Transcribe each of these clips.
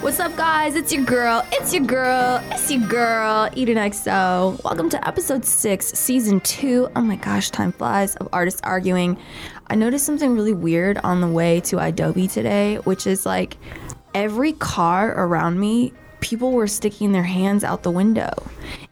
What's up, guys? It's your girl. It's your girl. It's your girl, Eden XO. Welcome to episode six, season two. Oh my gosh, time flies of artists arguing. I noticed something really weird on the way to Adobe today, which is like every car around me, people were sticking their hands out the window.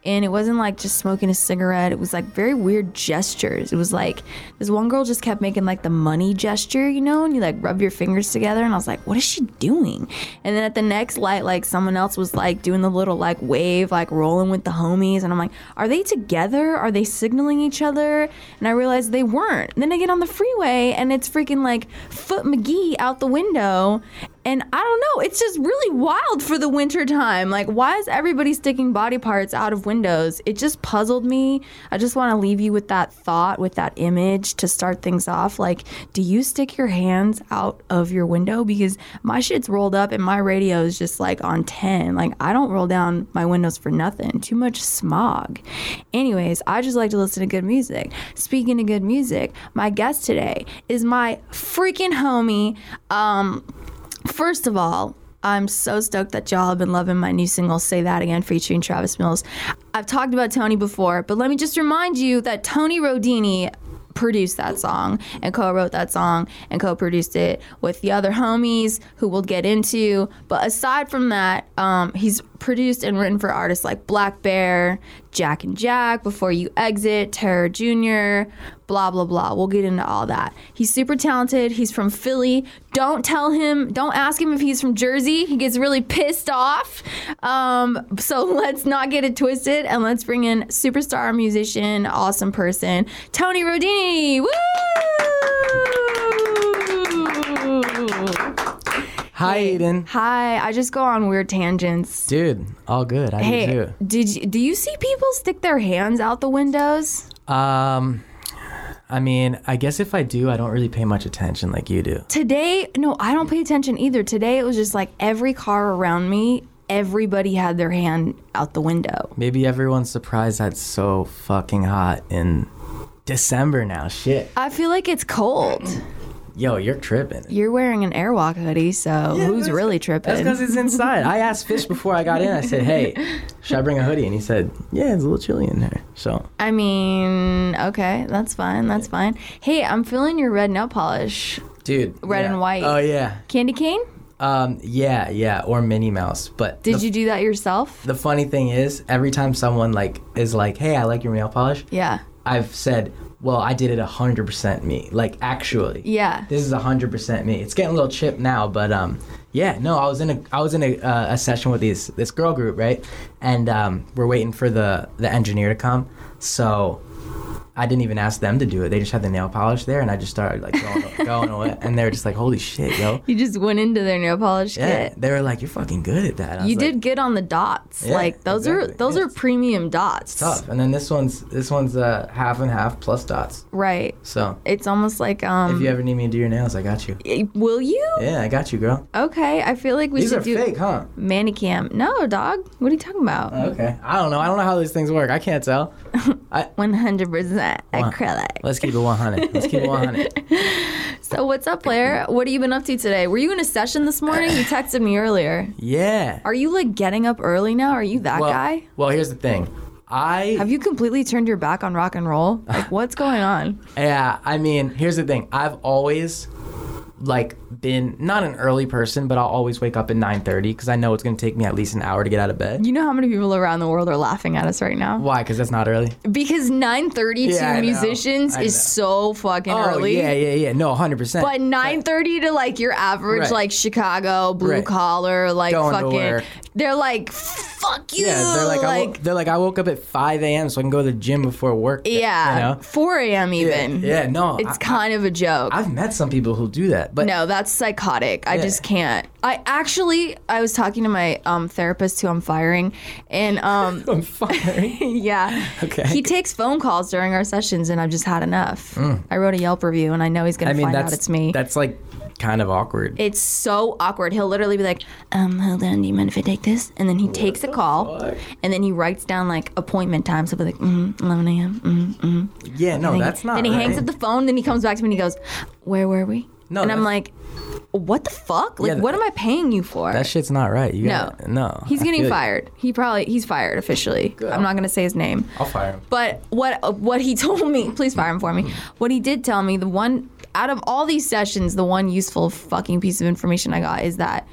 And it wasn't like just smoking a cigarette, it was like very weird gestures. It was like this one girl just kept making like the money gesture, you know, and you like rub your fingers together. And I was like, what is she doing? And then at the next light, like someone else was like doing the little like wave, like rolling with the homies. And I'm like, are they together? Are they signaling each other? And I realized they weren't. then I get on the freeway and it's freaking like Foot McGee out the window. And I don't know, it's just really wild for the winter time. Like, why is everybody sticking body parts out of windows? It just puzzled me. I just want to leave you with that thought, with that image to start things off. Like, do you stick your hands out of your window? Because my shit's rolled up and my radio is just like on 10. Like, I don't roll down my windows for nothing. Too much smog. Anyways, I just like to listen to good music. Speaking of good music, my guest today is my freaking homie. Um, First of all, I'm so stoked that y'all have been loving my new single, Say That Again, featuring Travis Mills. I've talked about Tony before, but let me just remind you that Tony Rodini produced that song and co-wrote that song and co-produced it with the other homies who we'll get into but aside from that um, he's produced and written for artists like black bear jack and jack before you exit terror jr blah blah blah we'll get into all that he's super talented he's from philly don't tell him don't ask him if he's from jersey he gets really pissed off um, so let's not get it twisted and let's bring in superstar musician awesome person tony rodini Woo! Hi, Aiden. hi i just go on weird tangents Dude, all good. How do Hey, you did you, do you see people stick their hands out the windows? do? Um, I mean, I guess if I do, I don't really pay much attention like you do. Today, no, I don't pay attention either. Today it was just like every car around me, everybody had their hand out the window. Maybe everyone's surprised that's so fucking hot in December now. Shit. I feel like it's cold. Yo, you're tripping. You're wearing an Airwalk hoodie, so who's that's- really That's tripping? because it's inside. I asked Fish before I got in. I said, "Hey, should I bring a hoodie?" And he said, "Yeah, it's a little chilly in here." So I mean, okay, that's fine, that's fine. Hey, I'm feeling your red nail polish. Dude, Red yeah. and white. Oh yeah, Candy cane? um, yeah, yeah, or Minnie Mouse. But Did the, you do that yourself? the funny thing is, every time someone like is like, "Hey, I like your nail polish," Yeah. I've said, well, I did it 100% me. Like, actually. Yeah. This is 100% me. It's getting a little chipped now, but um, yeah, no, I was in a I was in a, uh, a session with these this girl group, right? And um, we're waiting for the the engineer to come. So I didn't even ask them to do it. They just had the nail polish there, and I just started like going, going away. And they were just like, "Holy shit, yo!" You just went into their nail polish Yeah. kit. They were like, "You're fucking good at that." I You was like, did good on the dots. Yeah, like those are exactly. those Yeah, are it's- premium dots. tough. And then this one's this one's uh, half and half plus dots. Right. So It's almost like um if you ever need me to do your nails, I got you. eh, will you? Yeah, I got you, girl. Okay, I feel like we These should are do fake, Uh, huh? manny cam. No, dog. What are you talking about? Okay. I don't know. I don't know how these things work. I can't tell. I, 100% Wow. acrylic. let's keep it 100. Let's keep it 100. So what's up, Blair? What have you been up to today? Were you in a session this morning? You texted me earlier. Yeah. Are you like getting up early now? Are you that well, guy? Well, here's the thing. I Have you completely turned your back on rock and roll? Like what's going on? yeah. I mean, here's the thing. I've always like been not an early person, but I'll always wake up at 9:30 because I know it's gonna take me at least an hour to get out of bed. You know how many people around the world are laughing at us right now? Why? Because that's not early. Because 9:30 Yeah, I to know. musicians I is so fucking early. Oh yeah, yeah, yeah. No, 100%. But nine thirty to like your average Right. like Chicago blue Right. collar like Going to fucking work. they're like fuck you yeah, they're like, I wo- like, they're like I woke up at 5 a.m. so I can go to the gym before work. yeah You know? four a.m. even Yeah, yeah, no. it's I- kind of a joke I've met some people who do that, but no that's psychotic I Yeah. just can't I actually I was talking to my um therapist who I'm firing and um I'm firing. yeah Okay. he takes phone calls during our sessions and I've just had enough I wrote a Yelp review and I know he's gonna Mm. I mean, find that's out it's me That's like kind of awkward. It's so awkward. He'll literally be like, um, hold on, do you mind if I take this? And then he takes a call fuck? and then he writes down like appointment times. He'll be like, mm, 11 a.m. Mm. yeah, no, Oh, that's not. Then he hangs right. up the phone. Then he comes back to me and he goes, where were we? No, and I'm that's- like, what the fuck? Like, Yeah, what am I paying you for? That shit's not right. You no, gotta- no. He's I getting feel you. fired. He probably he's fired officially. I'm not gonna say his name. I'll fire him. But what what he told me, please fire him for me. What he did tell me, the one out of all these sessions, the one useful fucking piece of information I got is that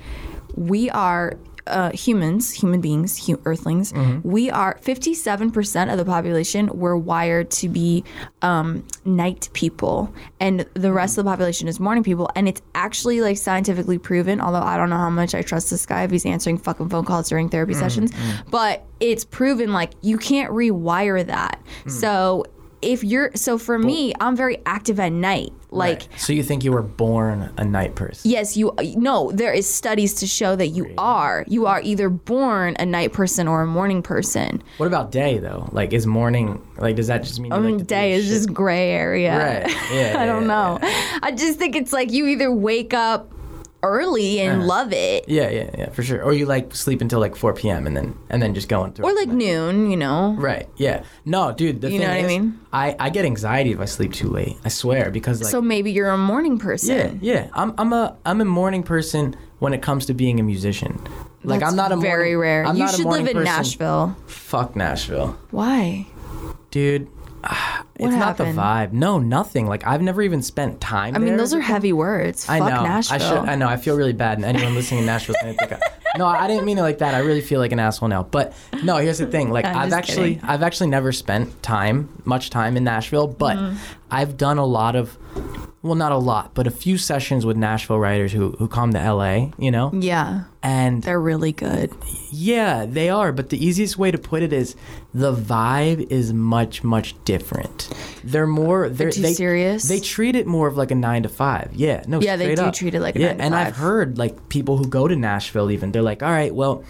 we are uh, humans, human beings, hu- earthlings. We are 57% of the population. We're wired to be um, night people, and the rest of the population is morning people. And it's actually like scientifically proven. Although I don't know how much I trust this guy if he's answering fucking phone calls during therapy sessions, but it's proven like you can't rewire that. So if you're so for me, I'm very active at night. Like Right. so you think you were born a night person? Yes, you. No, there is studies to show that you are. You are either born a night person or a morning person. What about day though? Like, is morning like? Does that just mean? You like to do Um, Mm, Day is shit? just gray area. Right. Yeah, I don't yeah, know. I just think it's like you either wake up early and love it, Uh-huh. Yeah, yeah, yeah, for sure. Or you like sleep until like 4 p.m. and then and then just going through. or like noon. You know. right, yeah. No, dude. The You thing know what I is, mean? I I get anxiety if I sleep too late. I swear because like. So maybe you're a morning yeah, person. yeah. I'm I'm a I'm a morning person when it comes to being a musician. Like That's I'm not a very morning, rare. I'm you not a should live morning in person. Nashville. Fuck Nashville, Why? dude. it's happened? not the vibe. No, nothing. Like I've never even spent time. I mean, those are heavy words. I Fuck know. Nashville. I should. I know. I feel really bad, and anyone listening in Nashville is gonna think. I- no, I didn't mean it like that. I really feel like an asshole now. But no, here's the thing. Like I'm I've just actually, kidding. I've actually never spent time, much time in Nashville, but Mm-hmm. I've done a lot of, well, not a lot, but a few sessions with Nashville writers who who come to LA. You know, yeah, and they're really good. yeah, they are. But the easiest way to put it is the vibe is much, much different. They're more. They're, too they, serious? They treat it more of like a nine to five. Yeah. No. Yeah, they straight do up. treat it like a yeah. nine to and I've five. heard like people who go to Nashville even they're like, all right, well,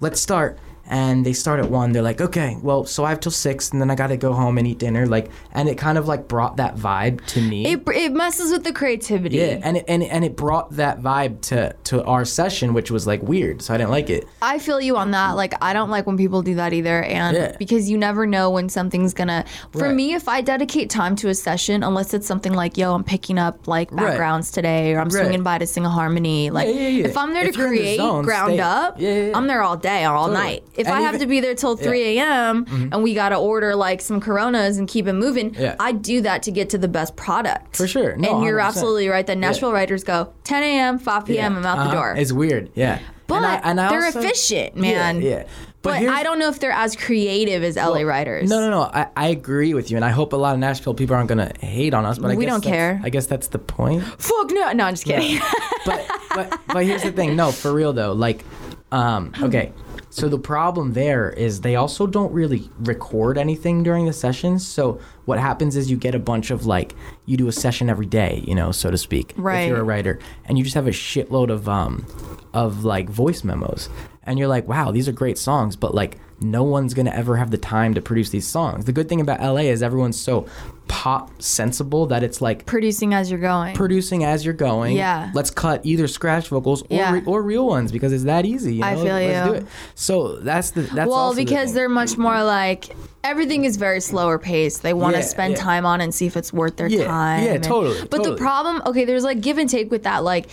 let's start. And they start at one. They're like, okay, well, so I have till six, and then I gotta go home and eat dinner. Like, and it kind of like brought that vibe to me. It, it messes with the creativity. yeah, and it, and it, and it brought that vibe to to our session, which was like weird. So I didn't like it. I feel you on that. Like I don't like when people do that either, and Yeah. because you never know when something's gonna. For Right. me, if I dedicate time to a session, unless it's something like, "Yo, I'm picking up like Right. backgrounds today," or I'm Right. swinging by to sing a harmony. Like yeah, yeah. if I'm there If to you're in the create, zone, ground stay. up, Yeah, yeah, yeah. I'm there all day, all Totally. night. If And I have to even- Mm-hmm. be there till 3 a.m. and we gotta order like some Coronas and keep it moving, Yeah. I do that to get to the best product. For sure. No, and you're 100%. absolutely right. The Nashville writers go 10 a.m., 5 p.m. I'm out the Uh-huh. door. It's weird, yeah. But And I- and I they're also- efficient, Yeah, man. Yeah, But, here's- I don't know if they're as creative as LA writers. No, no, no. I, I agree with you, and I hope a lot of Nashville people aren't gonna hate on us. But I We guess don't that's- care. I guess that's the point. Fuck no. No, I'm just kidding. but, but but here's the thing. No, for real though. Like, um, okay. So the problem there is they also don't really record anything during the sessions. So what happens is you get a bunch of like you do a session every day, you know, so to speak. Right. If you're a writer, and you just have a shitload of um, of like voice memos, and you're like, wow, these are great songs, but like no one's gonna ever have the time to produce these songs. The good thing about LA is everyone's so pop sensible that it's like Producing as you're going. producing as you're going. Yeah. Let's cut either scratch vocals or, Yeah. re- or real ones because it's that easy. You know? I feel Let's you. do it. So that's the that's well, also the because thing. they're much more like everything is very slower paced. They want to Yeah, spend yeah. time on and see if it's worth their Yeah, time. yeah, and- totally, But the totally. problem, okay, there's like give and take with that. Like,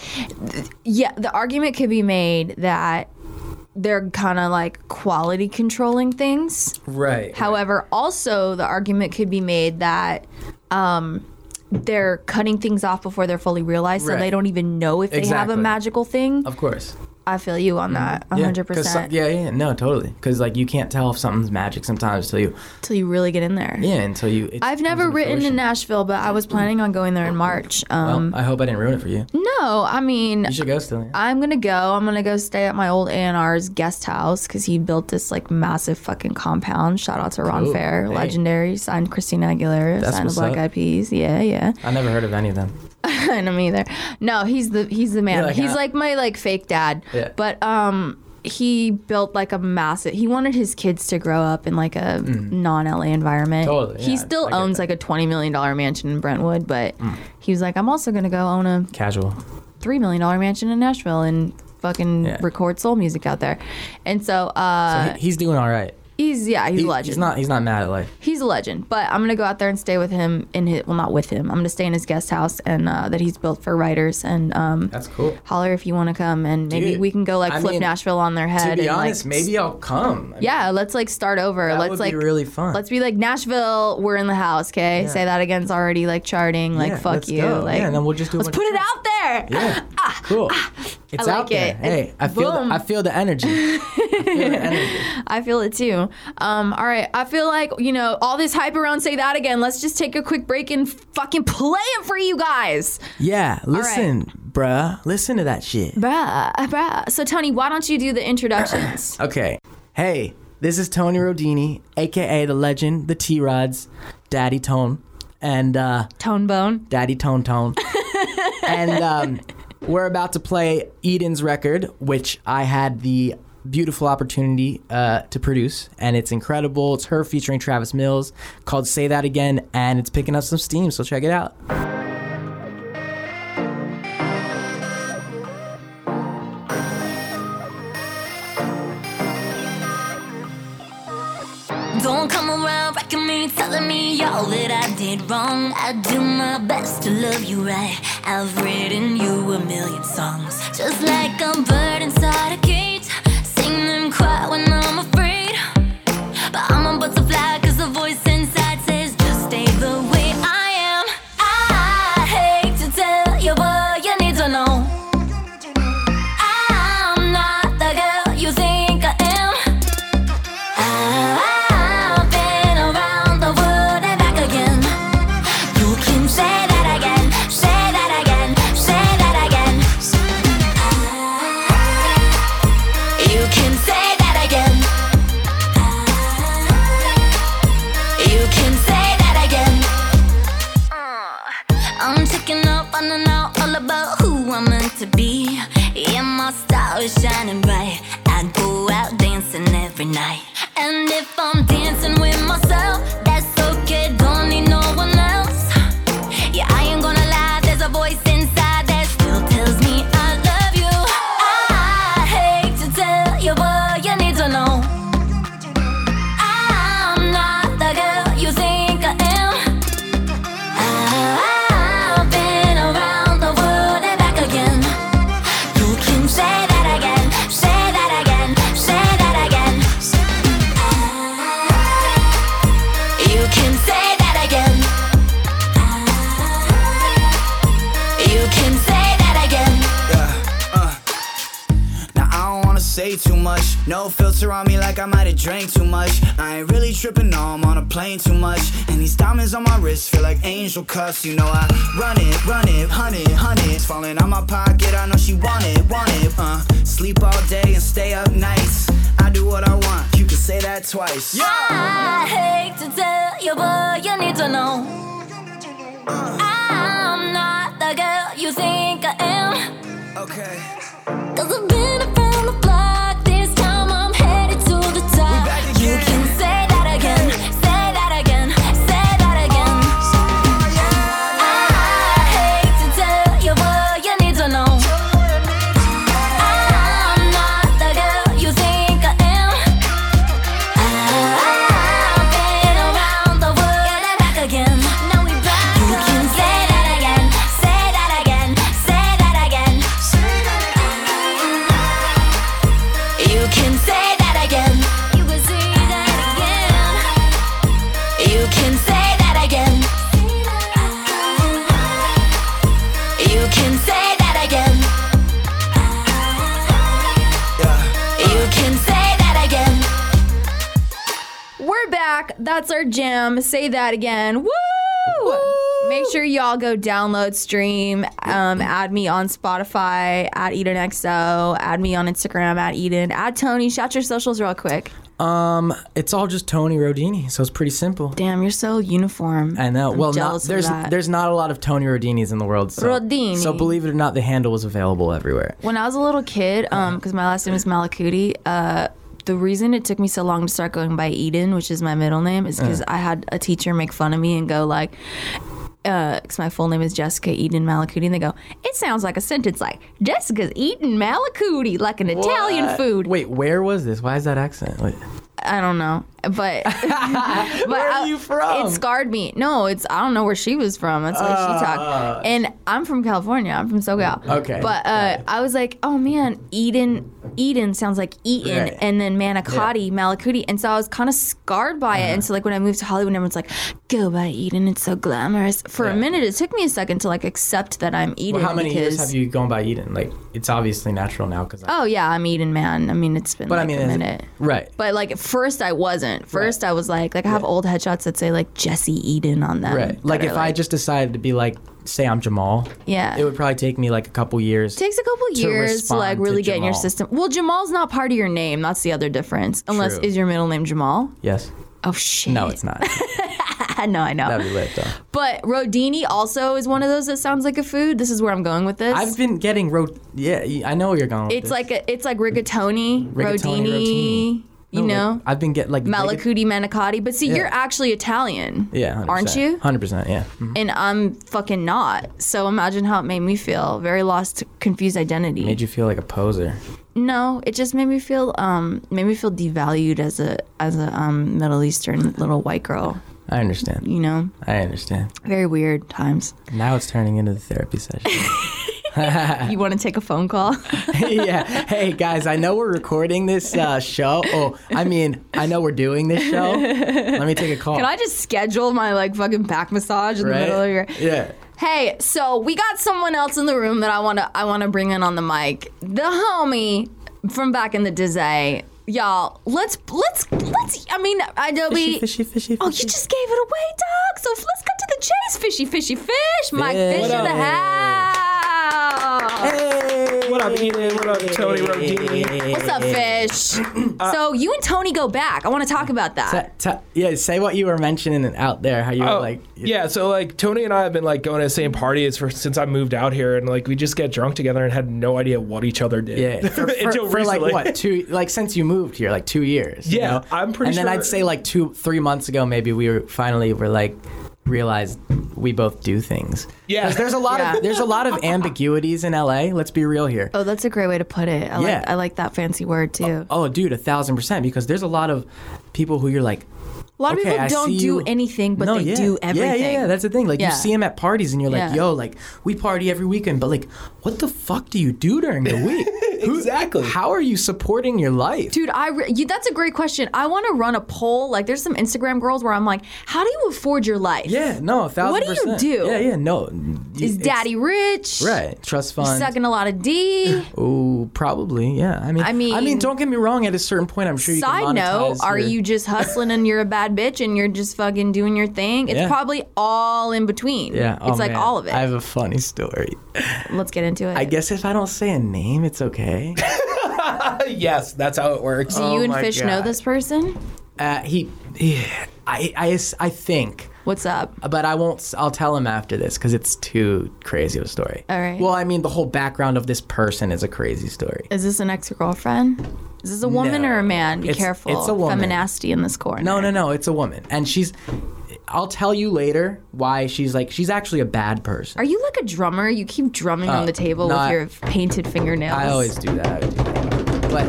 th- yeah, the argument could be made that they're kind of like quality controlling things. right. However, also the argument could be made that um, they're cutting things off before they're fully realized, so Right. they don't even know if they have a Exactly. magical thing. of course. I feel you on that, Yeah. 100. 'Cause some- percent yeah, yeah, no, totally. Because like you can't tell if something's magic sometimes until you Till you really get in there. yeah until you. It I've comes never into written in fruition. Nashville, but I was planning on going there in March. Um, Well, I hope I didn't ruin it for you. no, I mean, You should go still. yeah. I'm gonna go. I'm gonna go stay at my old ANR's guest house because he built this like massive fucking compound. Shout out to Ron Cool. Fair, Hey. legendary. Signed Christina Aguilera, That's signed the what's Black up. Eyed Peas. Yeah, yeah. I never heard of any of them. I know me either. No, he's the he's the man. You're like, he's "Huh?" like my like fake dad. Yeah. But um he built like a massive he wanted his kids to grow up in like a non LA environment. Mm. Totally, he yeah, still I get owns that. Mm. like a twenty million dollar mansion in Brentwood, but he was like, I'm also gonna go own a Casual. three million dollar mansion in Nashville and fucking Yeah. record soul music out there. And so uh He- he's doing all right. He's yeah, he's He- a legend. He's not. He's not mad at life. He's a legend, but I'm gonna go out there and stay with him in his well, not with him. I'm gonna stay in his guest house and uh, that he's built for writers and um, That's cool. holler if you want to come and maybe Dude, we can go like I flip mean, Nashville on their head. To be and, like, honest, maybe I'll come. I mean, yeah, let's like start over. that let's would like be really fun. let's be like Nashville. We're in the house, okay? Say that again's already like charting. Like Yeah, fuck let's you. go. Like yeah, and then we'll just do. a let's bunch put of it shows. out there. Yeah, cool. It's ah, like out there. it. Hey, I feel. The, Boom. I feel the energy. I feel the energy. I feel it too. Um, all right, I feel like you know all this hype around. Say that again. Let's just take a quick break and fucking play it for you guys. Yeah, listen, bruh. Listen to that shit. Bruh, bruh. So, Tony, why don't you do the introductions? Okay. Hey, this is Tony Rodini, aka the legend, the T Rods, Daddy Tone, and uh, Tone Bone. Daddy Tone Tone. and um, we're about to play Eden's record, which I had the beautiful opportunity uh, to produce, and it's incredible. It's her featuring Travis Mills called Say That Again, and it's picking up some steam, so check it out. Don't come around wrecking me, telling me all that I did wrong. I do my best to love you right. I've written you a million songs. Just like a bird inside a cage. Sing them quiet when I'm afraid. But I'm a butterfly, cause the voice inside says just stay the way I am. I hate to tell you what you need to know. I'm not the girl you think I am. I've been around the world and back again. You can say that again, say that again, say that again. You can say that again. You can say that again. Uh, I'm checking up, finding out all about who I'm meant to be. Yeah, my star is shining bright. I go out dancing every night. And if I'm dancing with myself, that's okay, don't need no one else. Yeah, I ain't gonna lie, there's a voice inside that still tells me I love you. I hate to tell you what you need to know. I'm not the girl you think I am. I've been around the world and back again. You can say that again, say that again, say that again. You can say that again. You can say that again. Uh, Now I don't wanna say too much. No filter on me like I might have drank too much. I ain't really tripping, no, I'm on a plane too much. And these diamonds on my wrist feel like angel cuffs. You know I run it, run it, hunt it, hunt it. It's falling out my pocket, I know she want it, want it. Uh, sleep all day and stay up nights. I do what I want, you can say that twice. I hate to tell you, but you need to know. I'm not the girl you think I am. Okay. Cause I've been around the block, this time I'm headed to the top. back You again. can say that again, say that again, say that again. I hate to tell you what you need to know. I'm not the girl you think I am. I've been around the world and back again. Now we back. You can say that again, say that again, say that again. You can say that again. You can say that again. You can say that again. You can say that again. Yeah. You can say that again. We're back. That's our jam. Say that again. Woo! Make sure y'all go download, stream, um, add me on Spotify, at EdenXO, add me on Instagram, at Eden, add Tony. Shout your socials real quick. Um, it's all just Tony Rodini, so it's pretty simple. Damn, you're so uniform. I know. I'm well, not, jealous of there's that. there's not a lot of Tony Rodinis in the world. So, Rodini. So believe it or not, the handle was available everywhere. When I was a little kid, because my last name is Malakuti, uh, the reason it took me so long to start going by Eden, which is my middle name, is because I had a teacher make fun of me and go like, because my full name is Jessica Eden Malakuti, and they go, it sounds like a sentence like Jessica's Eden Malakuti, like an Italian What? food. Wait, where was this? Why is that accent? Wait. I don't know, but but Where are I- you from? It scarred me. No, it's I don't know where she was from. That's why she Ah. talked. And I'm from California. I'm from SoCal. Okay, But got uh, it. I was like, oh man, Eden, Eden sounds like Eaton, Right. and then Manicotti, Malakuti, and so I was kind of scarred by Uh-huh. it. And so like when I moved to Hollywood, everyone's like, go by Eden, it's so glamorous. For Yeah. a minute, it took me a second to like accept that I'm Eden. Well, how many years because- have you gone by Eden? Like, it's obviously natural now because. Oh yeah, I'm Eden, man. I mean, it's been but like I mean, a is- minute. right? But like at first I wasn't. First I was like like I have old headshots that say like Jesse Eden on them. right. that Like, are, if I just decided to be like, say I'm Jamal, Yeah. it would probably take me like a couple years. takes a couple years to respond like to really get in your Jamal. system. Well, Jamal's not part of your name. That's the other difference. Unless True. is your middle name Jamal? yes. Oh shit. No, it's not. no, I know. That'd be lit though. But Rodini also is one of those that sounds like a food. This is where I'm going with this. I've been getting ro. Yeah, y- I know where you're going. With it's this. like a, it's like rigatoni, Rigatoni, Rodini, rotini. you No, know, like, I've been getting like rigat- Malacuti, Manicotti. But see, Yeah. you're actually Italian. Yeah, 100%, aren't you? Mm-hmm. Hundred percent. Yeah. Mhm. and I'm fucking not. So imagine how it made me feel. Very lost, confused identity. Made you feel like a poser. no, it just made me feel um made me feel devalued as a as a um Middle Eastern little white girl, I understand. you know? I understand. Very weird times. Now it's turning into the therapy session. You want to take a phone call? yeah. Hey guys, I know we're recording this uh, show. Oh, I mean, I know we're doing this show. Let me take a call. Can I just schedule my like fucking back massage in the middle of your Yeah. Hey, so we got someone else in the room that I want to I want to bring in on the mic. The homie from back in the day. Y'all, let's let's let's I mean, I know we Fishy, fishy, fishy. Oh, you just gave it away, dog. So f- let's cut to the chase. Fishy, fishy, fish. Mike Fish in What the up? house. Oh, What up, Eden? What up, Tony? What up, Dean? What's up, Fish? Uh, so you and Tony go back. I want to talk about that. T- yeah, say what you were mentioning out there. How you were Oh, like, yeah. So like Tony and I have been like going to the same parties for since I moved out here, and like we just get drunk together and had no idea what each other did. yeah, for, for- until for, like recently. what two? Like since you moved here, like two years. you Yeah, know? I'm pretty And then sure- I'd say like two, three months ago, maybe we were finally were like realized we both do things. Yeah. 'Cause there's a lot Yeah. of there's a lot of ambiguities in LA. Let's be real here. Oh, that's a great way to put it. I, Yeah. like, I like that fancy word, too. Oh, dude, a thousand percent. Because there's a lot of people who you're like, A lot of okay, people I don't see do you- anything, but no, they yeah. do everything. Yeah, yeah, yeah. That's the thing. Like Yeah. you see them at parties, and you're like, Yeah. yo, like we party every weekend, but like, what the fuck do you do during the week? Who- Exactly. how are you supporting your life? Dude, I re- you, that's a great question. I want to run a poll. Like, there's some Instagram girls where I'm like, how do you afford your life? Yeah, no, a thousand What do you percent. do? Yeah, yeah, no. Is It's- daddy rich? right? Trust fund. Sucking a lot of D. Oh, probably. Yeah. I mean, I mean- I mean, don't get me wrong. At a certain point, I'm sure you Side can note, monetize are your- you just hustling and you're a bad bitch and you're just fucking doing your thing? It's Yeah. probably all in between. Yeah, oh, it's like man. all of it. I have a funny story. Let's get into it. I guess if I don't say a name, it's okay. Oh yes, that's how it works. Do you and my Fish know God. this person? Uh, he, he- I, I, I think, What's up? but I won't. I'll tell him after this because it's too crazy of a story. All right. Well, I mean, the whole background of this person is a crazy story. Is this an ex girlfriend? Is this a woman No. or a man? Be It's- careful. it's a woman. Feminasty in this corner. No, no, no. It's a woman, and she's. I'll tell you later why she's like she's actually a bad person. Are you like a drummer? You keep drumming on the table no, I- with your painted fingernails. Uh, I always do that. I always do that. But.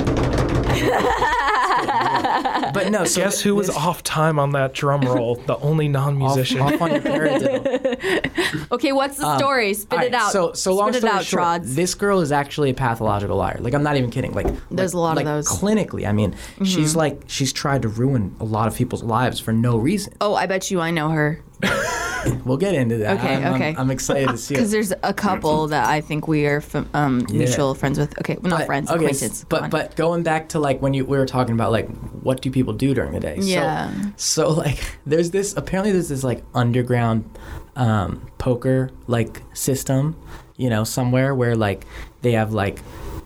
but no. So Guess who was this- off time on that drum roll? The only off, non-musician. off on your paradiddle. Okay, what's the story? Spit Um, All it right, out. So, so long Spit story it out, short, Trods. this girl is actually a pathological liar. Like, I'm not even kidding. Like, There's like- a lot of like, those. Mm-hmm. Clinically, I mean, she's like, she's tried to ruin a lot of people's lives for no reason. oh, I bet you I know her. We'll get into that. Okay, I'm, I'm- okay. I'm, excited to see Because it. there's a couple that I think we are fam- um, mutual friends with. Okay, well, not But- friends, okay, s- acquaintance. Come But on. but going back to like when you we were talking about like what do people do during the day? So- Yeah. So, like there's this apparently there's this like underground um, poker like system, you know, somewhere where like they have like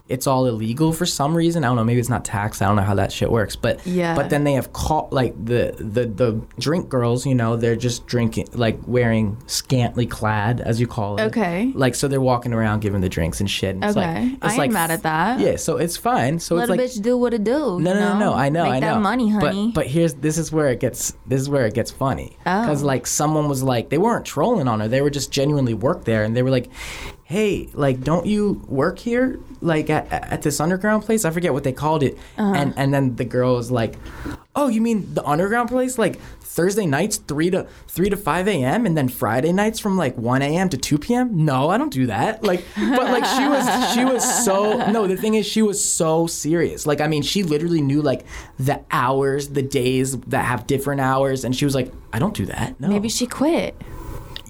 it's all illegal for some reason. I don't know. Maybe it's not taxed. I don't know how that shit works. But Yeah. But then they have caught like the the the drink girls. You know, they're just drinking like wearing scantily clad, as you call it. Okay. Like so, they're walking around giving the drinks and shit. And It's like, Okay. it's I ain't like, mad at that. Yeah, so it's fine. So Let it's a like bitch do what it do. no, you no, no, no. I know, Make I know. that money, honey. Oh. But, but here's this is where it gets this is where it gets funny because like someone was like they weren't trolling on her. They were just genuinely worked there, and they were like, hey, like, don't you work here? Like at, at this underground place? I forget what they called it. Uh-huh. And and then the girl was like, oh, you mean the underground place? Like Thursday nights three to three to five a.m. and then Friday nights from like one a.m. to two p.m. No, I don't do that. Like, but like she was she was so no. The thing is, she was so serious. Like, I mean, she literally knew like the hours, the days that have different hours, and she was like, I don't do that. No. Maybe she quit.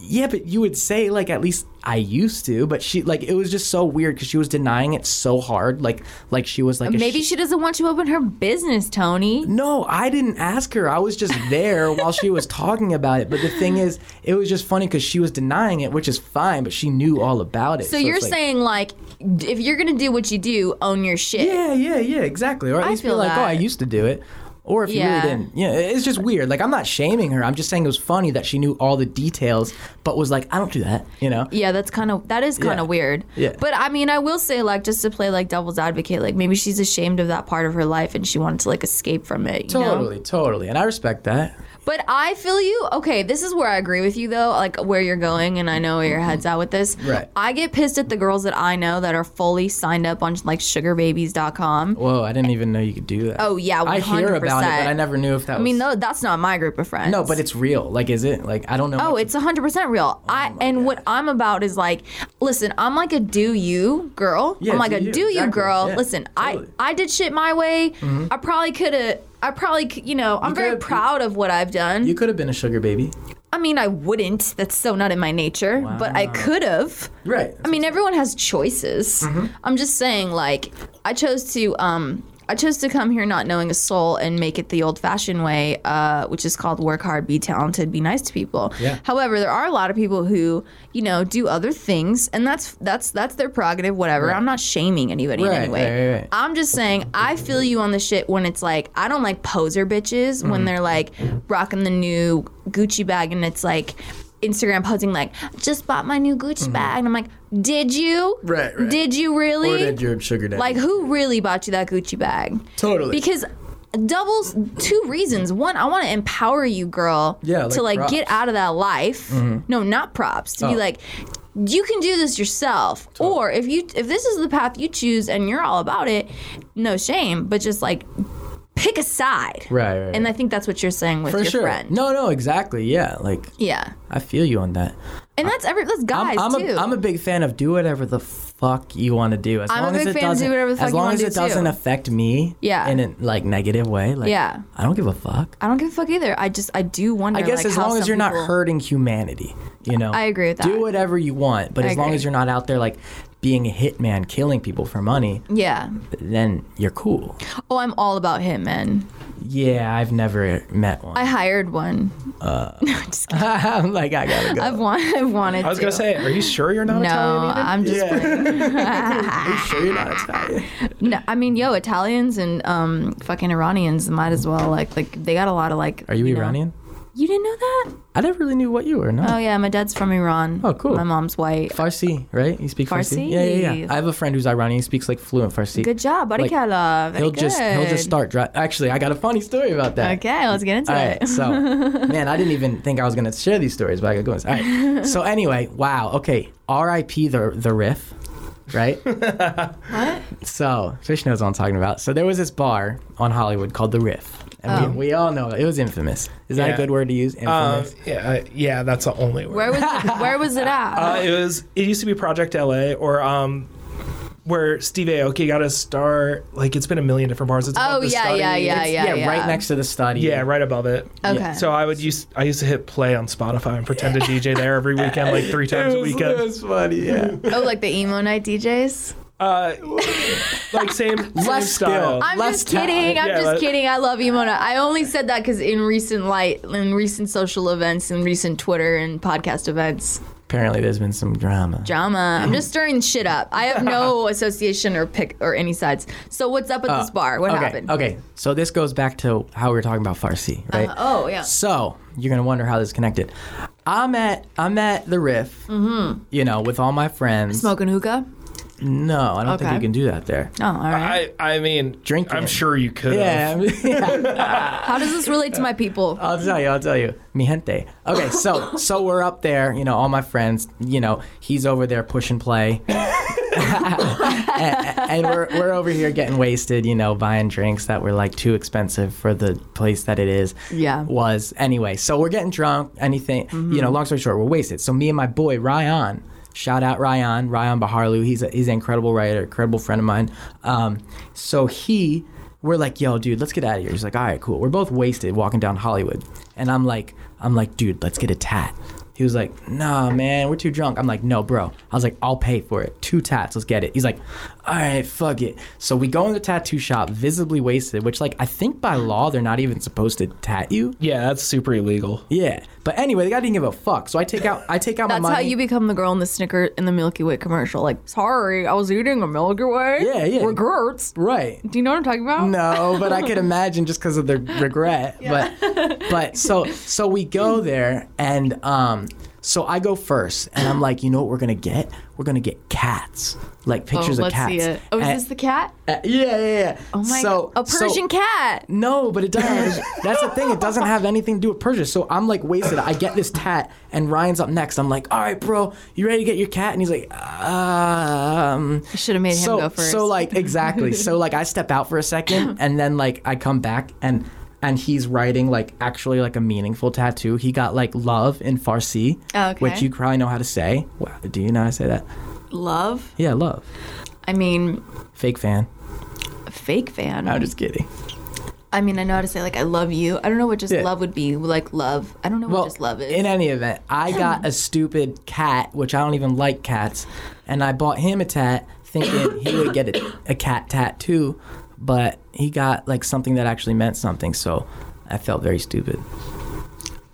Yeah, but you would say like at least I used to, but she like it was just so weird because she was denying it so hard, like like she was like a Maybe sh- she doesn't want you to open her business, Tony. No, I didn't ask her. I was just there while she was talking about it. But the thing is, it was just funny because she was denying it, which is fine, but she knew all about it. So, you're it's like- saying like, d- if you're gonna do what you do, own your shit. Yeah, yeah, yeah, exactly. Or at I least be feel like, oh, that. I used to do it. Or if Yeah. you really didn't. Yeah, it- it's just weird. Like, I'm not shaming her. I'm just saying it was funny that she knew all the details, but was like, I don't do that, you know? Yeah, that's kind of that is kind Yeah. of weird. Yeah. But I mean, I will say like just to play like devil's advocate, like maybe she's ashamed of that part of her life and she wanted to like escape from it. You Know? Totally, totally. And I respect that. But I feel you. Okay, this is where I agree with you though, like where you're going, and I know where your head's at with this. Right. I get pissed at the girls that I know that are fully signed up on like sugarbabies.com. Whoa, I didn't even know you could do that. Oh, yeah, I hear about it, 100%. but I never knew if that I mean, was. no, that's not my group of friends. no, but it's Oh real. Like, is it? Like, I don't know. Oh, much it's 100% real. I and what I'm about is like, listen, I'm like a do you girl. Yeah, I'm like do a you, do you exactly. girl. Yeah, listen, totally. Mm-hmm. I I did shit my way. I probably could have I probably, c- you know, I'm very could've- proud of what I've done. You could have been a sugar baby. I mean, I wouldn't. That's so not in my nature, but I could have. Right. I mean, everyone has choices. Mm-hmm. I'm just saying, like, I chose to, um, I chose to come here not knowing a soul and make it the old-fashioned way, uh, which is called work hard, be talented, be nice to people. Yeah. However, there are a lot of people who, you know, do other things, and that's that's that's their prerogative. Whatever. I'm not shaming anybody in Right, any way. right, right, right. I'm just saying, I feel you on the shit when it's like, I don't like poser bitches Mm. when they're like rocking the new Gucci bag and it's like Instagram posing, like, just bought my new Gucci bag. And I'm like, did you? Mm-hmm. Right, right. Did you really? or did your sugar daddy? like, who really bought you that Gucci bag? Totally. Because doubles two reasons one i want to empower you girl Yeah, like to like props. Mm-hmm. get out of that life no not props to be Oh. like you can do this yourself or if you if this is the path you choose and you're all about it no shame but just like pick a side Right, right, and i right. think that's what you're saying with for your sure. friend No, no, exactly. Yeah, like yeah I feel you on that. and that's every that's guys I'm, I'm, too a, I'm a big fan of do whatever the fuck you want to do. As I'm a long as big it fan of do doesn't, whatever the fuck as you long wanna as do, it doesn't too. affect me. Yeah. In a like negative way. Like Yeah. I don't give a fuck. I don't give a fuck either. I just I do wonder. I guess like, as how long as some you're not people- hurting humanity, you know. I agree with that. Do whatever you want, but I as long agree. as you're not out there like being a hitman, killing people for money, Yeah. then you're cool. Oh, I'm all about hitmen. Yeah, I've never met one. I hired one. no, just kidding. I'm like, I gotta go. I've wanted. I've wanted. I was gonna to. say, are you sure you're not No, Italian? even? I'm just. sure you're not Italian. No, I mean, yo, Italians and um, fucking Iranians might as well. Like, like they got a lot of like. Are you, know- Iranian? You didn't know that? I never really knew what you were. No. Oh yeah, my dad's from Iran. Oh, cool. My mom's white. Farsi, right? You speak Farsi? Farsi. Yeah, yeah, yeah. I have a friend who's Iranian. He speaks like fluent Farsi. Good job, buddy. Like, Kala. Very He'll just he'll good. just start. Dri- Actually, I got a funny story about that. Okay, let's get into All it. right, so man, I didn't even think I was gonna share these stories, but I got going. All right. So anyway, wow. Okay, R.I.P. the the riff, right? what? So Fish knows what I'm talking about. So there was this bar on Hollywood called the Riff, Oh. and we, we all know it. It was infamous. Is that Yeah. a good word to use? Um, Infamous. yeah, I- yeah, that's the only word. Where was it, where was it at? Uh, it was. It used to be Project LA, or um, where Steve Aoki got his star. Like it's been a million different bars. It's above oh the yeah, study. yeah, yeah, It's- yeah, yeah. right next to the study. Yeah, right above it. Okay. So I would use I used to hit play on Spotify and pretend to DJ there every weekend, like three times a weekend. funny, yeah. oh, like the emo night DJs. Uh, like same, same Less skill. style. I'm Less just kidding. talent. I'm Yeah, just but- kidding. I love Emona. I only said that because in recent light, in recent social events, in recent Twitter and podcast events, Apparently, there's been some drama. drama. I'm just stirring shit up. I have no association or pick or any sides. So what's up at this bar? What Uh, okay, happened? Okay, so this goes back to how we were talking about Farsi, right? Uh, oh yeah. So you're gonna wonder how this connected. Mm-hmm. I'm at I'm at the Riff, you know, with all my friends. Smoking hookah. No, I don't think Okay. you can do that there. Oh, all right. I, I mean, Drink I'm it. sure you could. Yeah, have. I mean, yeah. How does this relate to uh, my people? I'll tell you. I'll tell you. Mi gente. Okay, so so we're up there. You know, all my friends. You know, he's over there pushing play, and, and we're we're over here getting wasted. You know, buying drinks that were like too expensive for the place that it is. Yeah. Was anyway. So we're getting drunk. Anything. You know. Long story short, we're wasted. So me and my boy Ryan. Shout out Ryan, Ryan Baharlu. He's a, he's an incredible writer, incredible friend of mine. Um, so he we're like, yo, dude, let's get out of here. He's like, all right, cool. We're both wasted walking down Hollywood. And I'm like, I'm like, dude, let's get a tat. He was like, nah, man, we're too drunk. I'm like, no, bro. I was like, I'll pay for it. Two tats, let's get it. He's like, all right, fuck it. So we go in the tattoo shop, visibly wasted, which, like, I think by law, they're not even supposed to tat you. Yeah, that's super illegal. Yeah. But anyway, the guy didn't give a fuck. So I take out, I take out That's my money. how you become the girl in the Snicker in the Milky Way commercial. Like, sorry, I was eating a Milky Way. Yeah, yeah. Regrets. right. Do you know what I'm talking about? No, but I could imagine just because of the regret. But but so so we go there and um so I go first and I'm like, you know what we're gonna get? We're gonna get cats, like Oh, pictures of let's cats. see it. Oh, is And- this the cat? uh, yeah, yeah, yeah. Oh my so, god, a so- Persian cat. no, but it doesn't. Have, that's the thing. It doesn't have anything to do with Persia. So I'm like wasted. I get this tat, and Ryan's up next. I'm like, all right, bro, you ready to get your cat? And he's like, um. I should have made him so, go first. So like exactly. so like I step out for a second, and then like I come back and. And he's writing like actually like a meaningful tattoo. He got like love in Farsi, Oh, okay. which you probably know how to say. Wow, do you know how to say that? love. Yeah, love. I mean, Fake fan. fake fan. I'm just kidding. I mean, I know how to say like I love you. I don't know what just Yeah. love would be. Like love. I don't know what just love is. In any event, I got a stupid cat, which I don't even like cats, and I bought him a tat thinking he would get a, a cat tattoo, but he got like something that actually meant something, so I felt very stupid.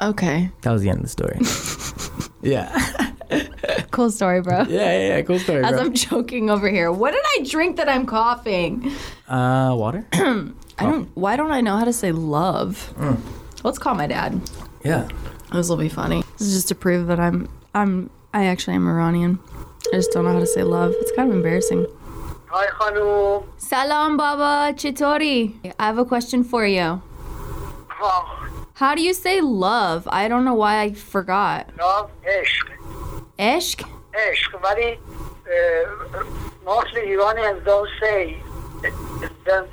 okay. That was the end of the story. yeah. Cool story, bro. Yeah, yeah, yeah. Cool story, As bro. I'm joking over here, what did I drink that I'm coughing? uh, water? I don't. Why don't I know how to say love? Mm. Let's call my dad. yeah. This will be funny. This is just to prove that I'm I'm I actually am Iranian. I just don't know how to say love. It's kind of embarrassing. Hi, Hanum. Salam Baba Chitori. I have a question for you. Ha, How do you say love? I don't know why I forgot. love, عشق. Ishk? عشق. Very, uh, mostly Iranians don't say, they,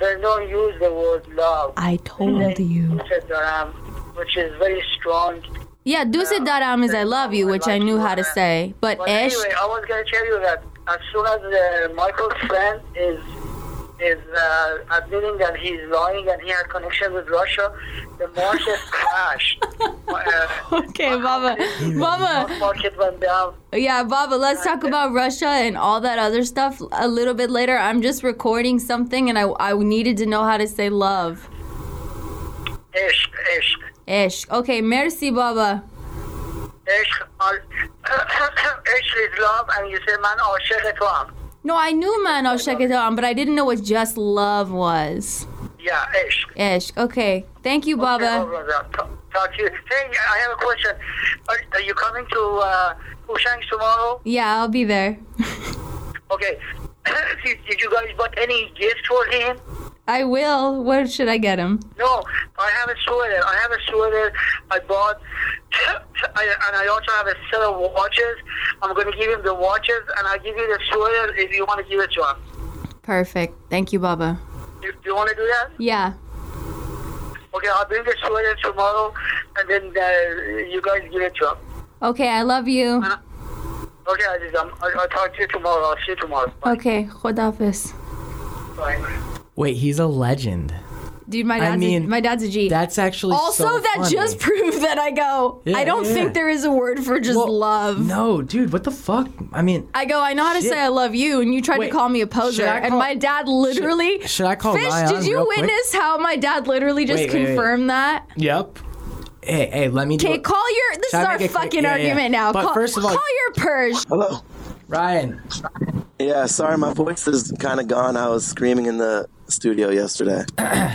they don't use the word love. I told Hmm. you. It's a dram, um, Which is very strong. Yeah, Duse Daram is I love you, which I knew how to say. But But Ishk anyway, I was going to tell you that as soon as uh, Michael's friend is is uh, admitting that he's lying and he had connection with Russia, the market crashed. uh, Okay, Baba. Baba. stock market went down. Yeah, Baba, let's talk about Russia and all that other stuff a little bit later. I'm just recording something and I, I needed to know how to say love. عشق عشق Ishk. Okay, merci, Baba. عشق آل- عشق is love and you say من عاشق تو هم No, I knew man I'll check it out, but I didn't know what just love was. yeah عشق Ishk. Okay. Thank you, Okay, Baba. all right, I'll t- talk to you hey I have a question are, are you coming to uh, Hushangs tomorrow Yeah, I'll be there. okay did, did you guys bought any gift for him I will. What should I get him? no I have a sweater I have a sweater I bought I, and I also have a set of watches I'm going to give him the watches and I'll give you the sweater if you want to give it to him Perfect. Thank you, Baba. do, do you want to do that Yeah. Okay, I'll bring the sweater tomorrow, and then uh, you guys give it to him. Okay, I love you. Okay, Aziz, I'm, I'll, I'll talk to you tomorrow. I'll see you tomorrow. Bye. Okay, Khodafis. Bye. Wait, he's a legend. Dude, my I dad's, a, mean, my dad's a G. That's actually also, so that funny. just proved that I go. Yeah, I don't yeah. think there is a word for just Well, love. No, dude, what the fuck? I mean, I go. I know how to Shit. say I love you, and you tried to Wait, call me a poser. should I and call- my dad literally. should I call Fish? Ryan did you real quick? witness how my dad literally just Wait, wait, wait. confirmed that? Yep. hey, hey, let me do Okay, it. call your. This Should I is our make a quick- fucking yeah, yeah. argument now. But call, first of all- call your purge. Hello. Ryan. Yeah, sorry, my voice is kind of gone. I was screaming in the studio yesterday.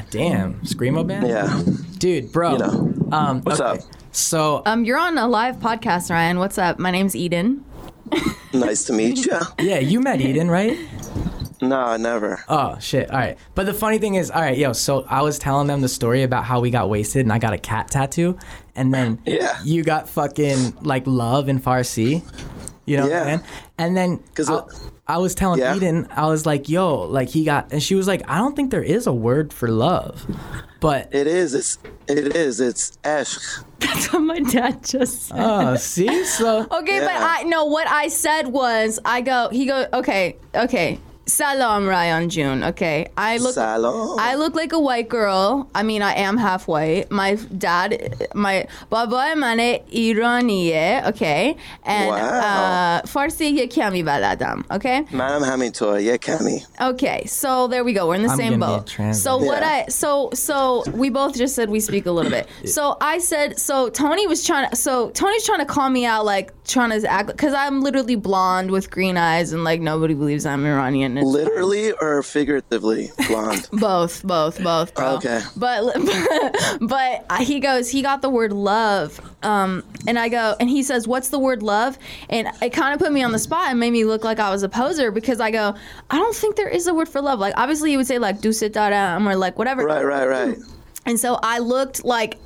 Damn, Screamo Band? Yeah. Dude, bro. You know. um, What's okay. up? So Um, you're on a live podcast, Ryan. What's up? My name's Eden. Nice to meet you. Yeah, you met Eden, right? No, never. Oh shit! All right, but the funny thing is, all right, yo. So I was telling them the story about how we got wasted, and I got a cat tattoo, and then Yeah. you got fucking like love in Farsi, you know? what I'm Yeah. saying? And then 'Cause I, it- I was telling Yeah. Eden, I was like, yo, like he got, and she was like, I don't think there is a word for love, but It is. It's. It is. It's esh. That's what my dad just said. oh, see, so Okay, but Yeah. I no. What I said was, I go. He go. Okay, okay. Salam, Ryan June. Okay, I look. Salon. I look like a white girl. I mean, I am half white. My dad, my baba mane Iraniye. Okay, and Wow. uh, Farsi ye kami baladam. Okay. Madam Hamitoy. Yeah, Cami. Okay, so there we go. We're in the I'm same gonna need boat. a translator. So what Yeah. I so so we both just said we speak a little bit. So I said so Tony was trying to so Tony's trying to call me out like trying to act because I'm literally blonde with green eyes and like nobody believes I'm Iranian. It's Literally or figuratively blonde. both, both, both, bro. Okay. But but he goes, he got the word love. Um, and I go, and he says, "What's the word love?" And it kind of put me on the spot and made me look like I was a poser because I go, "I don't think there is a word for love." Like obviously you would say like "dusit daram" or like whatever. right. Right. Right. And so I looked like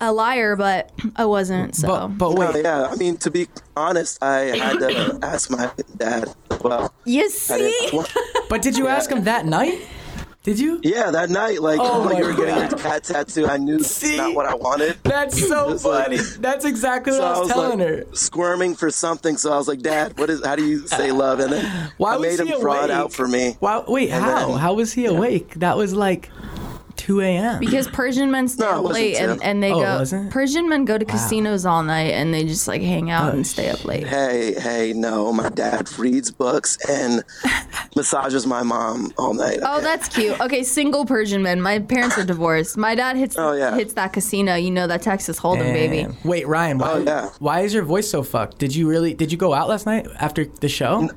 a liar, but I wasn't. So but but wait, Oh, yeah, I mean, to be honest, I had to ask my dad. Well, you I see, didn't, well, but did you ask him that night? Did you? yeah, that night, like Oh when my you were getting your cat tattoo, I knew See? it's not what I wanted. That's so It's like- funny. That's exactly what So I was, telling like her. squirming for something, so I was like, "Dad, what is? How do you say love?" And then Why I was made he him draw it awake? out for me. Wow. Wait. how? then- how was he awake? That was like 2 a.m. because Persian men stay No, it up wasn't late and, Tim. and they Oh, it go. wasn't? Persian men go to casinos all night and they just like hang out Oh, and stay up late. Hey, hey, no, my dad reads books and massages my mom all night. Oh, okay? that's cute. Okay, single Persian men. My parents are divorced. My dad hits Oh, yeah. hits that casino. You know that Texas Hold'em, baby. Damn. Wait, Ryan. Why, Oh, yeah. why is your voice so fucked? Did you really? Did you go out last night after the show?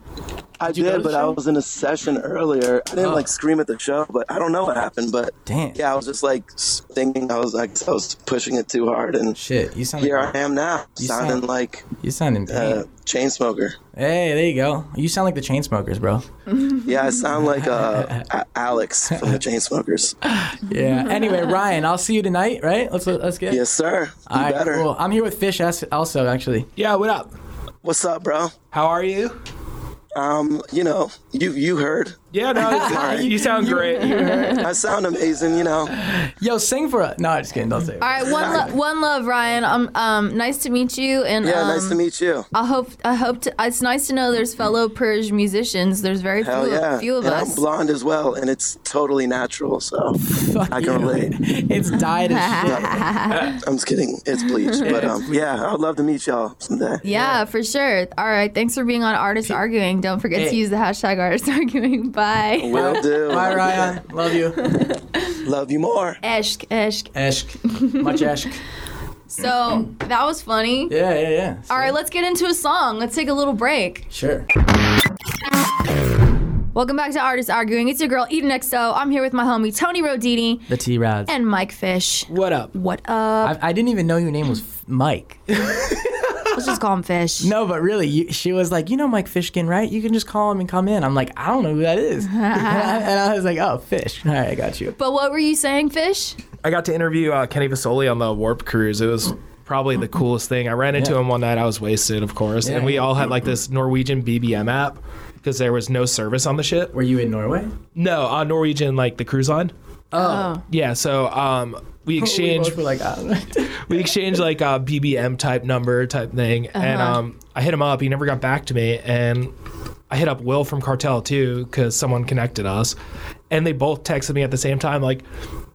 I you go to did, but the I show? was in a session earlier. I didn't Oh. like scream at the show, but I don't know what happened. But Damn. yeah, I was just like thinking I was like I was pushing it too hard, and Shit. You sound. here like, I Uh, am now, You sounding sound- like You sound in pain. a chain smoker. hey, there you go. You sound like the chain smokers, bro. Yeah, I sound like uh, A- Alex from the chain smokers. Yeah. anyway, Ryan, I'll see you tonight. Right? Let's let's get. Yes, sir. You All right. better. Cool. I'm here with Fish as- also actually. Yeah, what up? What's up, bro? How are you? Um, you know, you you heard. Yeah, no, it's- you sound great. I sound amazing. You know. Yo, sing for us. No, I'm just kidding. Don't say. It. All right, one lo- one love, Ryan. Um, um, nice to meet you, and Yeah, um, nice to meet you. I hope I hope to, it's nice to know there's fellow Persian musicians. There's very Hell few, yeah. few of and us. I'm blonde as well, and it's totally natural. So Fuck I you. can relate. It's died as shit. I'm just kidding. It's bleach. but um, yeah, I'd love to meet y'all someday. yeah, for sure. All right, thanks for being on Artists Arguing. Don't forget to Hey. use the hashtag Artists Arguing. Bye. Will do. Bye, Ryan. Love you. Love you more. Eshk, eshk. Eshk. Much eshk. So that was funny. Yeah, yeah, yeah. All right, let's get into a song. Let's take a little break. Sure. Welcome back to Artists Arguing. It's your girl Eden XO. I'm here with my homie Tony Rodini The T Rods. and Mike Fish. What up? What up? I, I didn't even know your name was F- Mike. Let's just call him Fish. No, but really, you, she was like, you know Mike Fishkin, right? You can just call him and come in. I'm like, I don't know who that is. and, I, and I was like, oh, Fish. All right, I got you. But what were you saying, Fish? I got to interview uh, Kenny Vasoli on the Warp Cruise. It was probably the coolest thing. I ran into Yeah. him one night. I was wasted, of course, Yeah. and we all had like this Norwegian BBM app because there was no service on the ship. Were you in Norway? No, on Norwegian like the cruise line. Oh. Yeah, so um, we exchanged We both were like, "Oh, I don't know. we exchanged like a BBM type number type thing, and Uh-huh. um, I hit him up. He never got back to me, and I hit up Will from Cartel too because someone connected us, and they both texted me at the same time like,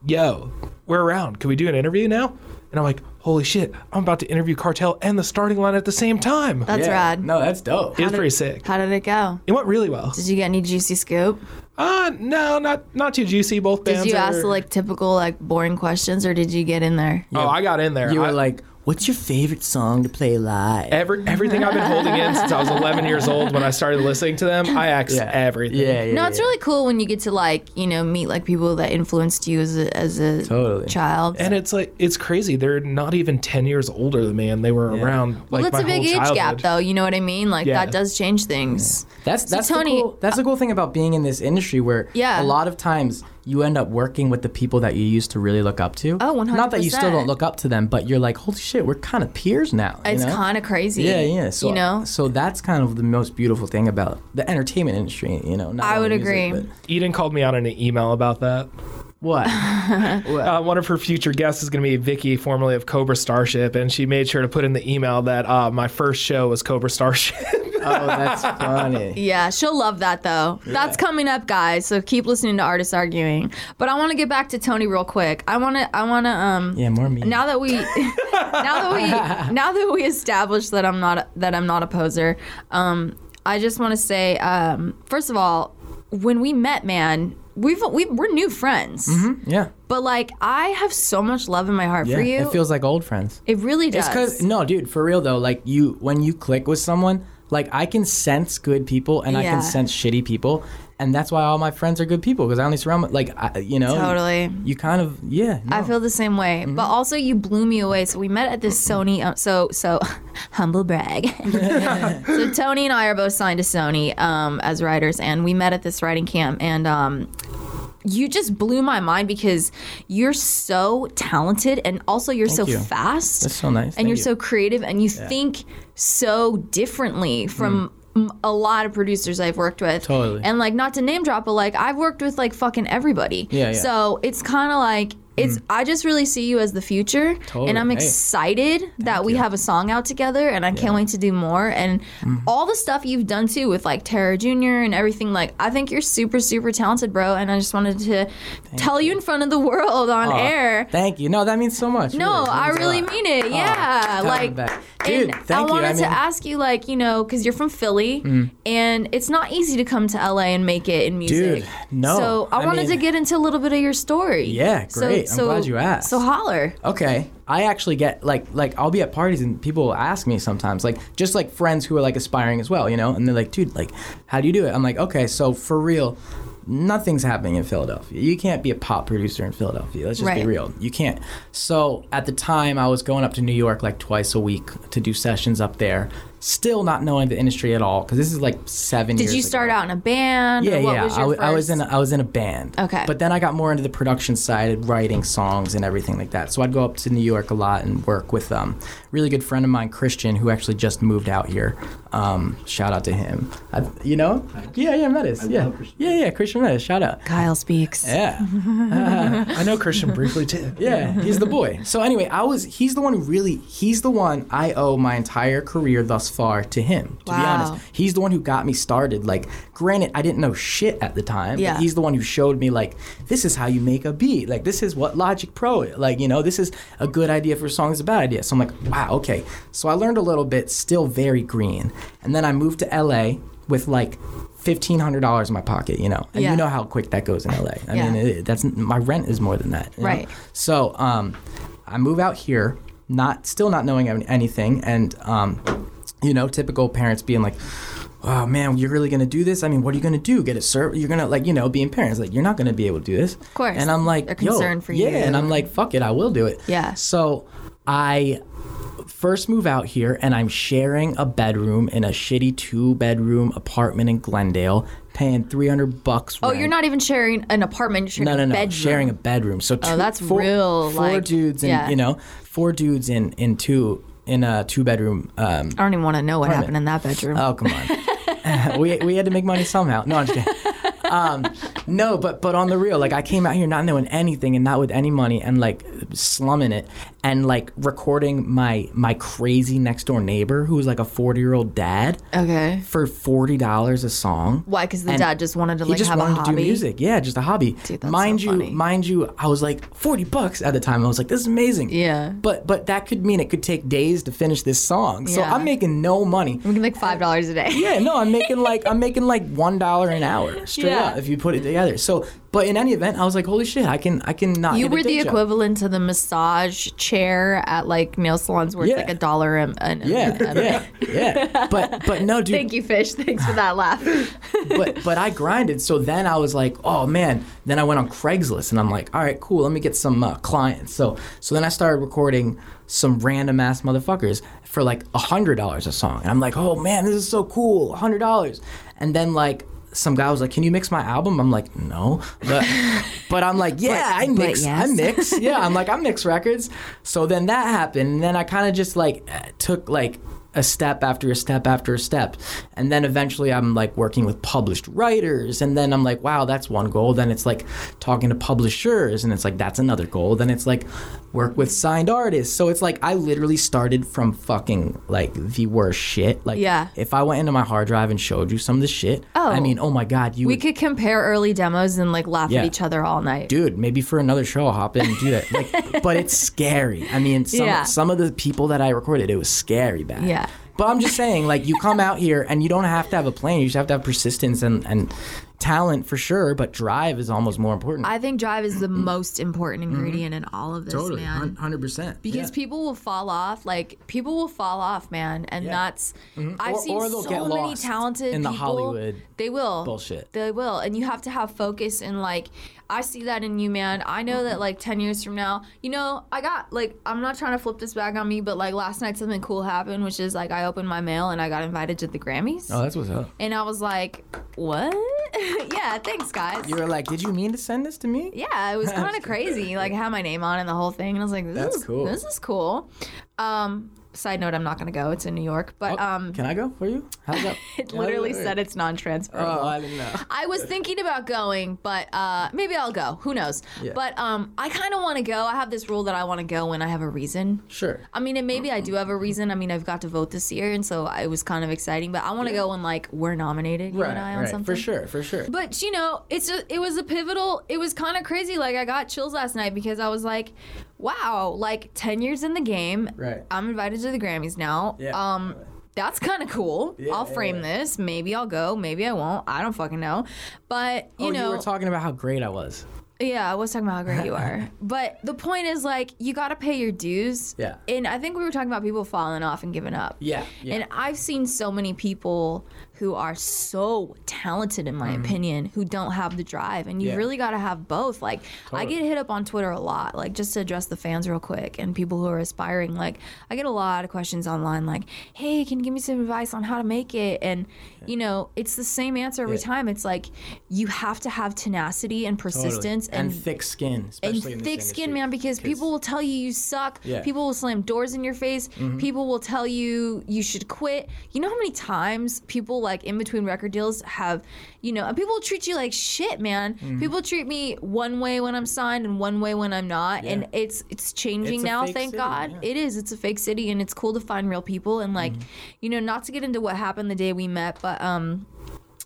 "Yo, we're around. Can we do an interview now?" And I'm like, "Holy shit! I'm about to interview Cartel and the starting line at the same time." It That's Yeah. rad. No, that's dope. was pretty sick. How did it go? It went really well. Did you get any juicy scoop? Uh, no, not not too juicy. Both Did bands. you ask are- like typical like boring questions or did you get in there? Oh, I got in there. You I, were like, What's your favorite song to play live? Every, everything I've been holding in since I was 11 years old when I started listening to them, I asked yeah. everything. Yeah, yeah. No, it's really cool when you get to like you know meet like people that influenced you as a, as a Totally. child. And it's like it's crazy. They're not even 10 years older than me, and they were around like well, my that's a big whole age childhood. gap, though. You know what I mean? Like Yeah. that does change things. That's So, that's Tony- the cool, that's the cool thing about being in this industry where Yeah. a lot of times you end up working with the people that you used to really look up to. Oh, Not that you still 100%. don't look up to them, but you're like, holy shit, we're kind of peers now. you It's know? kind of crazy. yeah, yeah. So you know, so that's kind of the most beautiful thing about the entertainment industry. You know, not I would only music, agree. but- Eden called me out in an email about that. What? Oh, Uh, one of her future guests is going to be Vicky, formerly of Cobra Starship, and she made sure to put in the email that uh, my first show was Cobra Starship. oh, that's funny. yeah, she'll love that though. That's coming up, guys. So keep listening to artists arguing. But I want to get back to Tony real quick. I want to. I want to. Um. Yeah, more me. Now that we, now that we, now that we established that I'm not that I'm not a poser, um, I just want to say, um, first of all, when we met, man, we've, we've we're new friends. yeah. But like, I have so much love in my heart Mm-hmm. Yeah. for you. It feels like old friends. It really does. It's because no, dude, for real though. Like you, when you click with someone, like I can sense good people and I Yeah. can sense shitty people, and that's why all my friends are good people because I only surround my- like I, you know. Totally. You kind of yeah. No. Mm-hmm. I feel the same way. But also, you blew me away. So we met at this Sony. Um, so so, humble brag. so Tony and I are both signed to Sony um, as writers, and we met at this writing camp, and um, you just blew my mind because you're so talented, and also you're so you. fast. That's so nice. and Thank you're you. so creative and you think so differently from m- a lot of producers I've worked with. Mm. Totally. And like not to name drop, but like I've worked with like fucking everybody. Yeah, yeah. So it's kind of like it's I just really see you as the future and Totally. I'm Hey. excited that we have a song out together and I can't wait to do more and Hmm. all the stuff you've done too with like Tara Jr and everything like I think you're super super talented bro and I just wanted to tell you in front of the world on Aw, air Thank you. No, that means so much. no, It I means a really lot. mean it. Yeah, tap me like, back. Dude, and I thank you. wanted I to mean- Mm. ask you, like, you know, because you're from Philly, and it's not easy to come to LA and make it in music. Dude, no. So I, I wanted to mean- get into a little bit of your story. Yeah, great. I'm glad you asked. So holler. Okay. I actually get like like I'll be at parties and people will ask me sometimes like just like friends who are like aspiring as well, you know, and they're like, dude, like how do you do it? I'm like, okay, so for real, nothing's happening in Philadelphia. You can't be a pop producer in Philadelphia. Let's just Right. be real. You can't. So at the time, I was going up to New York like twice a week to do sessions up there. Still not knowing the industry at all because this is like seven. Did years you ago. start out in a band? Yeah, or what yeah. Was I, your w- I was first- in a, I was in a band. Okay. But then I got more into the production side, and writing songs and everything like that. So I'd go up to New York a lot and work with um, really good friend of mine, Christian, who actually just moved out here. Um, shout out to him. I, you know? Yeah, yeah, Metis. yeah, yeah, yeah. Christian Metis. Shout out. Kyle speaks. Yeah. I know Christian briefly too. Yeah, he's the boy. So anyway, I was he's the one who really he's the one I owe my entire career thus far to him, to be Wow. honest. He's the one who got me started. Like, granted, I didn't know shit at the time. but Yeah. he's the one who showed me like this is how you make a beat. Like this is what Logic Pro like, you know, this is a good idea for a song, it's a bad idea. So I'm like, wow, okay. So I learned a little bit, still very green. And then I moved to LA with like Fifteen hundred dollars in my pocket, you know, and Yeah. you know how quick that goes in LA. I Yeah. mean, it, that's my rent is more than that. you know? Right. So um, I move out here, not still not knowing any- anything, and um, you know, typical parents being like, "Oh man, you're really gonna do this? I mean, what are you gonna do? Get a serve? You're gonna like, you know, being parents like, you're not gonna be able to do this." Of course. And I'm like, They're "Yo, concerned for yeah," you. and I'm like, "Fuck it, I will do it." Yeah. So I first move out here and I'm sharing a bedroom in a shitty two bedroom apartment in Glendale, paying 300 bucks Oh, rent. you're not even sharing an apartment. You're sharing No, no, a no. bedroom. Oh, Sharing a bedroom. So two, that's four, real, Four like, dudes in, yeah. you know, four dudes in in two in a two bedroom um I don't even want to know what happened in that bedroom. Oh come on. we, we had to make money somehow. No, I'm just kidding. Um, no, but but on the real, like I came out here not knowing anything and not with any money and like slumming it and like recording my my crazy next door neighbor who was like a 40 year old dad okay. for forty dollars a song. Why? Because the And dad just wanted to He like just have a wanted hobby. to do music. Yeah, just a hobby. Dude, that's mind so you, funny. mind you, I was like forty bucks at the time. I was like, this is amazing. Yeah. But but that could mean it could take days to finish this song. So Yeah. I'm making no money. We can make five dollars a day. Yeah, no, I'm making like I'm making like one dollar an hour straight Yeah. up if you put it together. So, But in any event, I was like, holy shit, I can I can not. You get a were the day job. equivalent to the massage chair at like nail salons where it's Yeah. like a dollar and an, Yeah, yeah, yeah. But but no, dude. Thank you, Fish. Thanks for that laugh. but but I grinded. So then I was like, oh man. Then I went on Craigslist and I'm like, all right, cool. Let me get some uh, clients. So so then I started recording some random ass motherfuckers for like a hundred dollars a song. And I'm like, oh man, this is so cool, a hundred dollars. And then like. Some guy was like, "Can you mix my album?" I'm like, "No," but but I'm like, "Yeah, I but mix. I yes. mix. Yeah, I'm like, I mix records." So then that happened, and then I kind of just like eh, took like a step after a step after a step. And then eventually I'm like working with published writers. And then I'm like, wow, that's one goal. Then it's like talking to publishers. And it's like, that's another goal. Then it's like work with signed artists. So it's like, I literally started from fucking like the worst shit. Like, Yeah. if I went into my hard drive and showed you some of the shit, Oh. I mean, oh my God, you we would- could compare early demos and like laugh Yeah. at each other all night. dude, maybe for another show, I'll hop in and do that. Like, but it's scary. I mean, some, Yeah. some of the people that I recorded, it was scary bad. Yeah. But I'm just saying, like, you come out here and you don't have to have a plan. You just have to have persistence and, and talent for sure, but drive is almost more important. I think drive is the most important Mm-hmm. ingredient in all of this, man. 100%. because people will fall off like people will fall off man and Yeah. Mm-hmm. that's i've Or- seen or they'll so get many lost talented in the people. Hollywood they will bullshit. they will and you have to have focus and like i see that in you man i know Mm-hmm. that like 10 years from now you know i got like i'm not trying to flip this back on me but like last night something cool happened which is like i opened my mail and i got invited to the grammys Oh, that's what's up. and i was like what yeah thanks guys You were like, did you mean to send this to me? yeah, it was kind of crazy. Like, I had my name on and the whole thing, and I was like, "This That's is cool. This is cool." Um, side note: I'm not gonna go. It's in New York, Oh, but um, Can I go for you? How's that? it literally said it's non-transferable. Oh, I didn't know. I was thinking about going, but uh, maybe I'll go. Who knows? Yeah. But um, I kind of want to go. I have this rule that I want to go when I have a reason. Sure. I mean, and maybe I do have a reason. I mean, I've got to vote this year, and so it was kind of exciting. But I want to go when like we're nominated, you and I, on something. For sure, for sure. But you know, it's a, it was a pivotal. It was kind of crazy. Like I got chills last night because I was like, "Wow!" Like ten years in the game, Right. I'm invited to the Grammys now. Yeah. Um, that's kind of cool. I'll frame this. Maybe I'll go. Maybe I won't. I don't fucking know. But you oh, know, you were talking about how great I was. yeah, I was talking about how great you are. But the point is, like, you got to pay your dues. Yeah. And I think we were talking about people falling off and giving up. Yeah, yeah. And I've seen so many people who are so talented, in my opinion, who don't have the drive. And you Mm-hmm. Yeah. really got to have both. Like, I get hit up on Twitter a lot, like, just to address the fans real quick and people who are aspiring. Like, I get a lot of questions online, like, hey, can you give me some advice on how to make it? And, you know, it's the same answer every Yeah. time. It's like, you have to have tenacity and persistence persistence and, and, thick skin, and especially in this thick skin, industry. man, because people will tell you you suck. Yeah. Mm-hmm. People will slam doors in your face. People will tell you you should quit. You know how many times people, like in between record deals, have, you know, and people treat you like shit, man. Mm-hmm. People treat me one way when I'm signed and one way when I'm not. And it's it's changing It's a now, fake thank city, God. yeah. Mm-hmm. It is. It's a fake city, and it's cool to find real people. And, like, you know, not to get into what happened the day we met, but, um,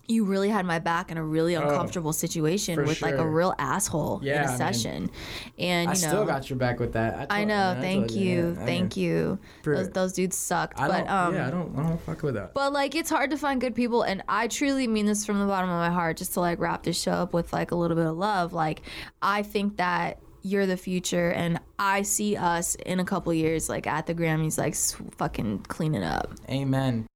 you really had my back in a really uncomfortable situation with like a Oh. sure. real asshole Yeah, in I a mean, session. and you know, I still got your back with that. I told- know. mean, I thank told you, you, yeah, I thank mean, you. for- Those, those dudes sucked, I but don't- um, yeah, I don't, I don't fuck with that. but like it's hard to find good people, and I truly mean this from the bottom of my heart. Just to like wrap this show up with like a little bit of love. Like I think that you're the future, and I see us in a couple years, like at the Grammys, like s- fucking cleaning up. Amen.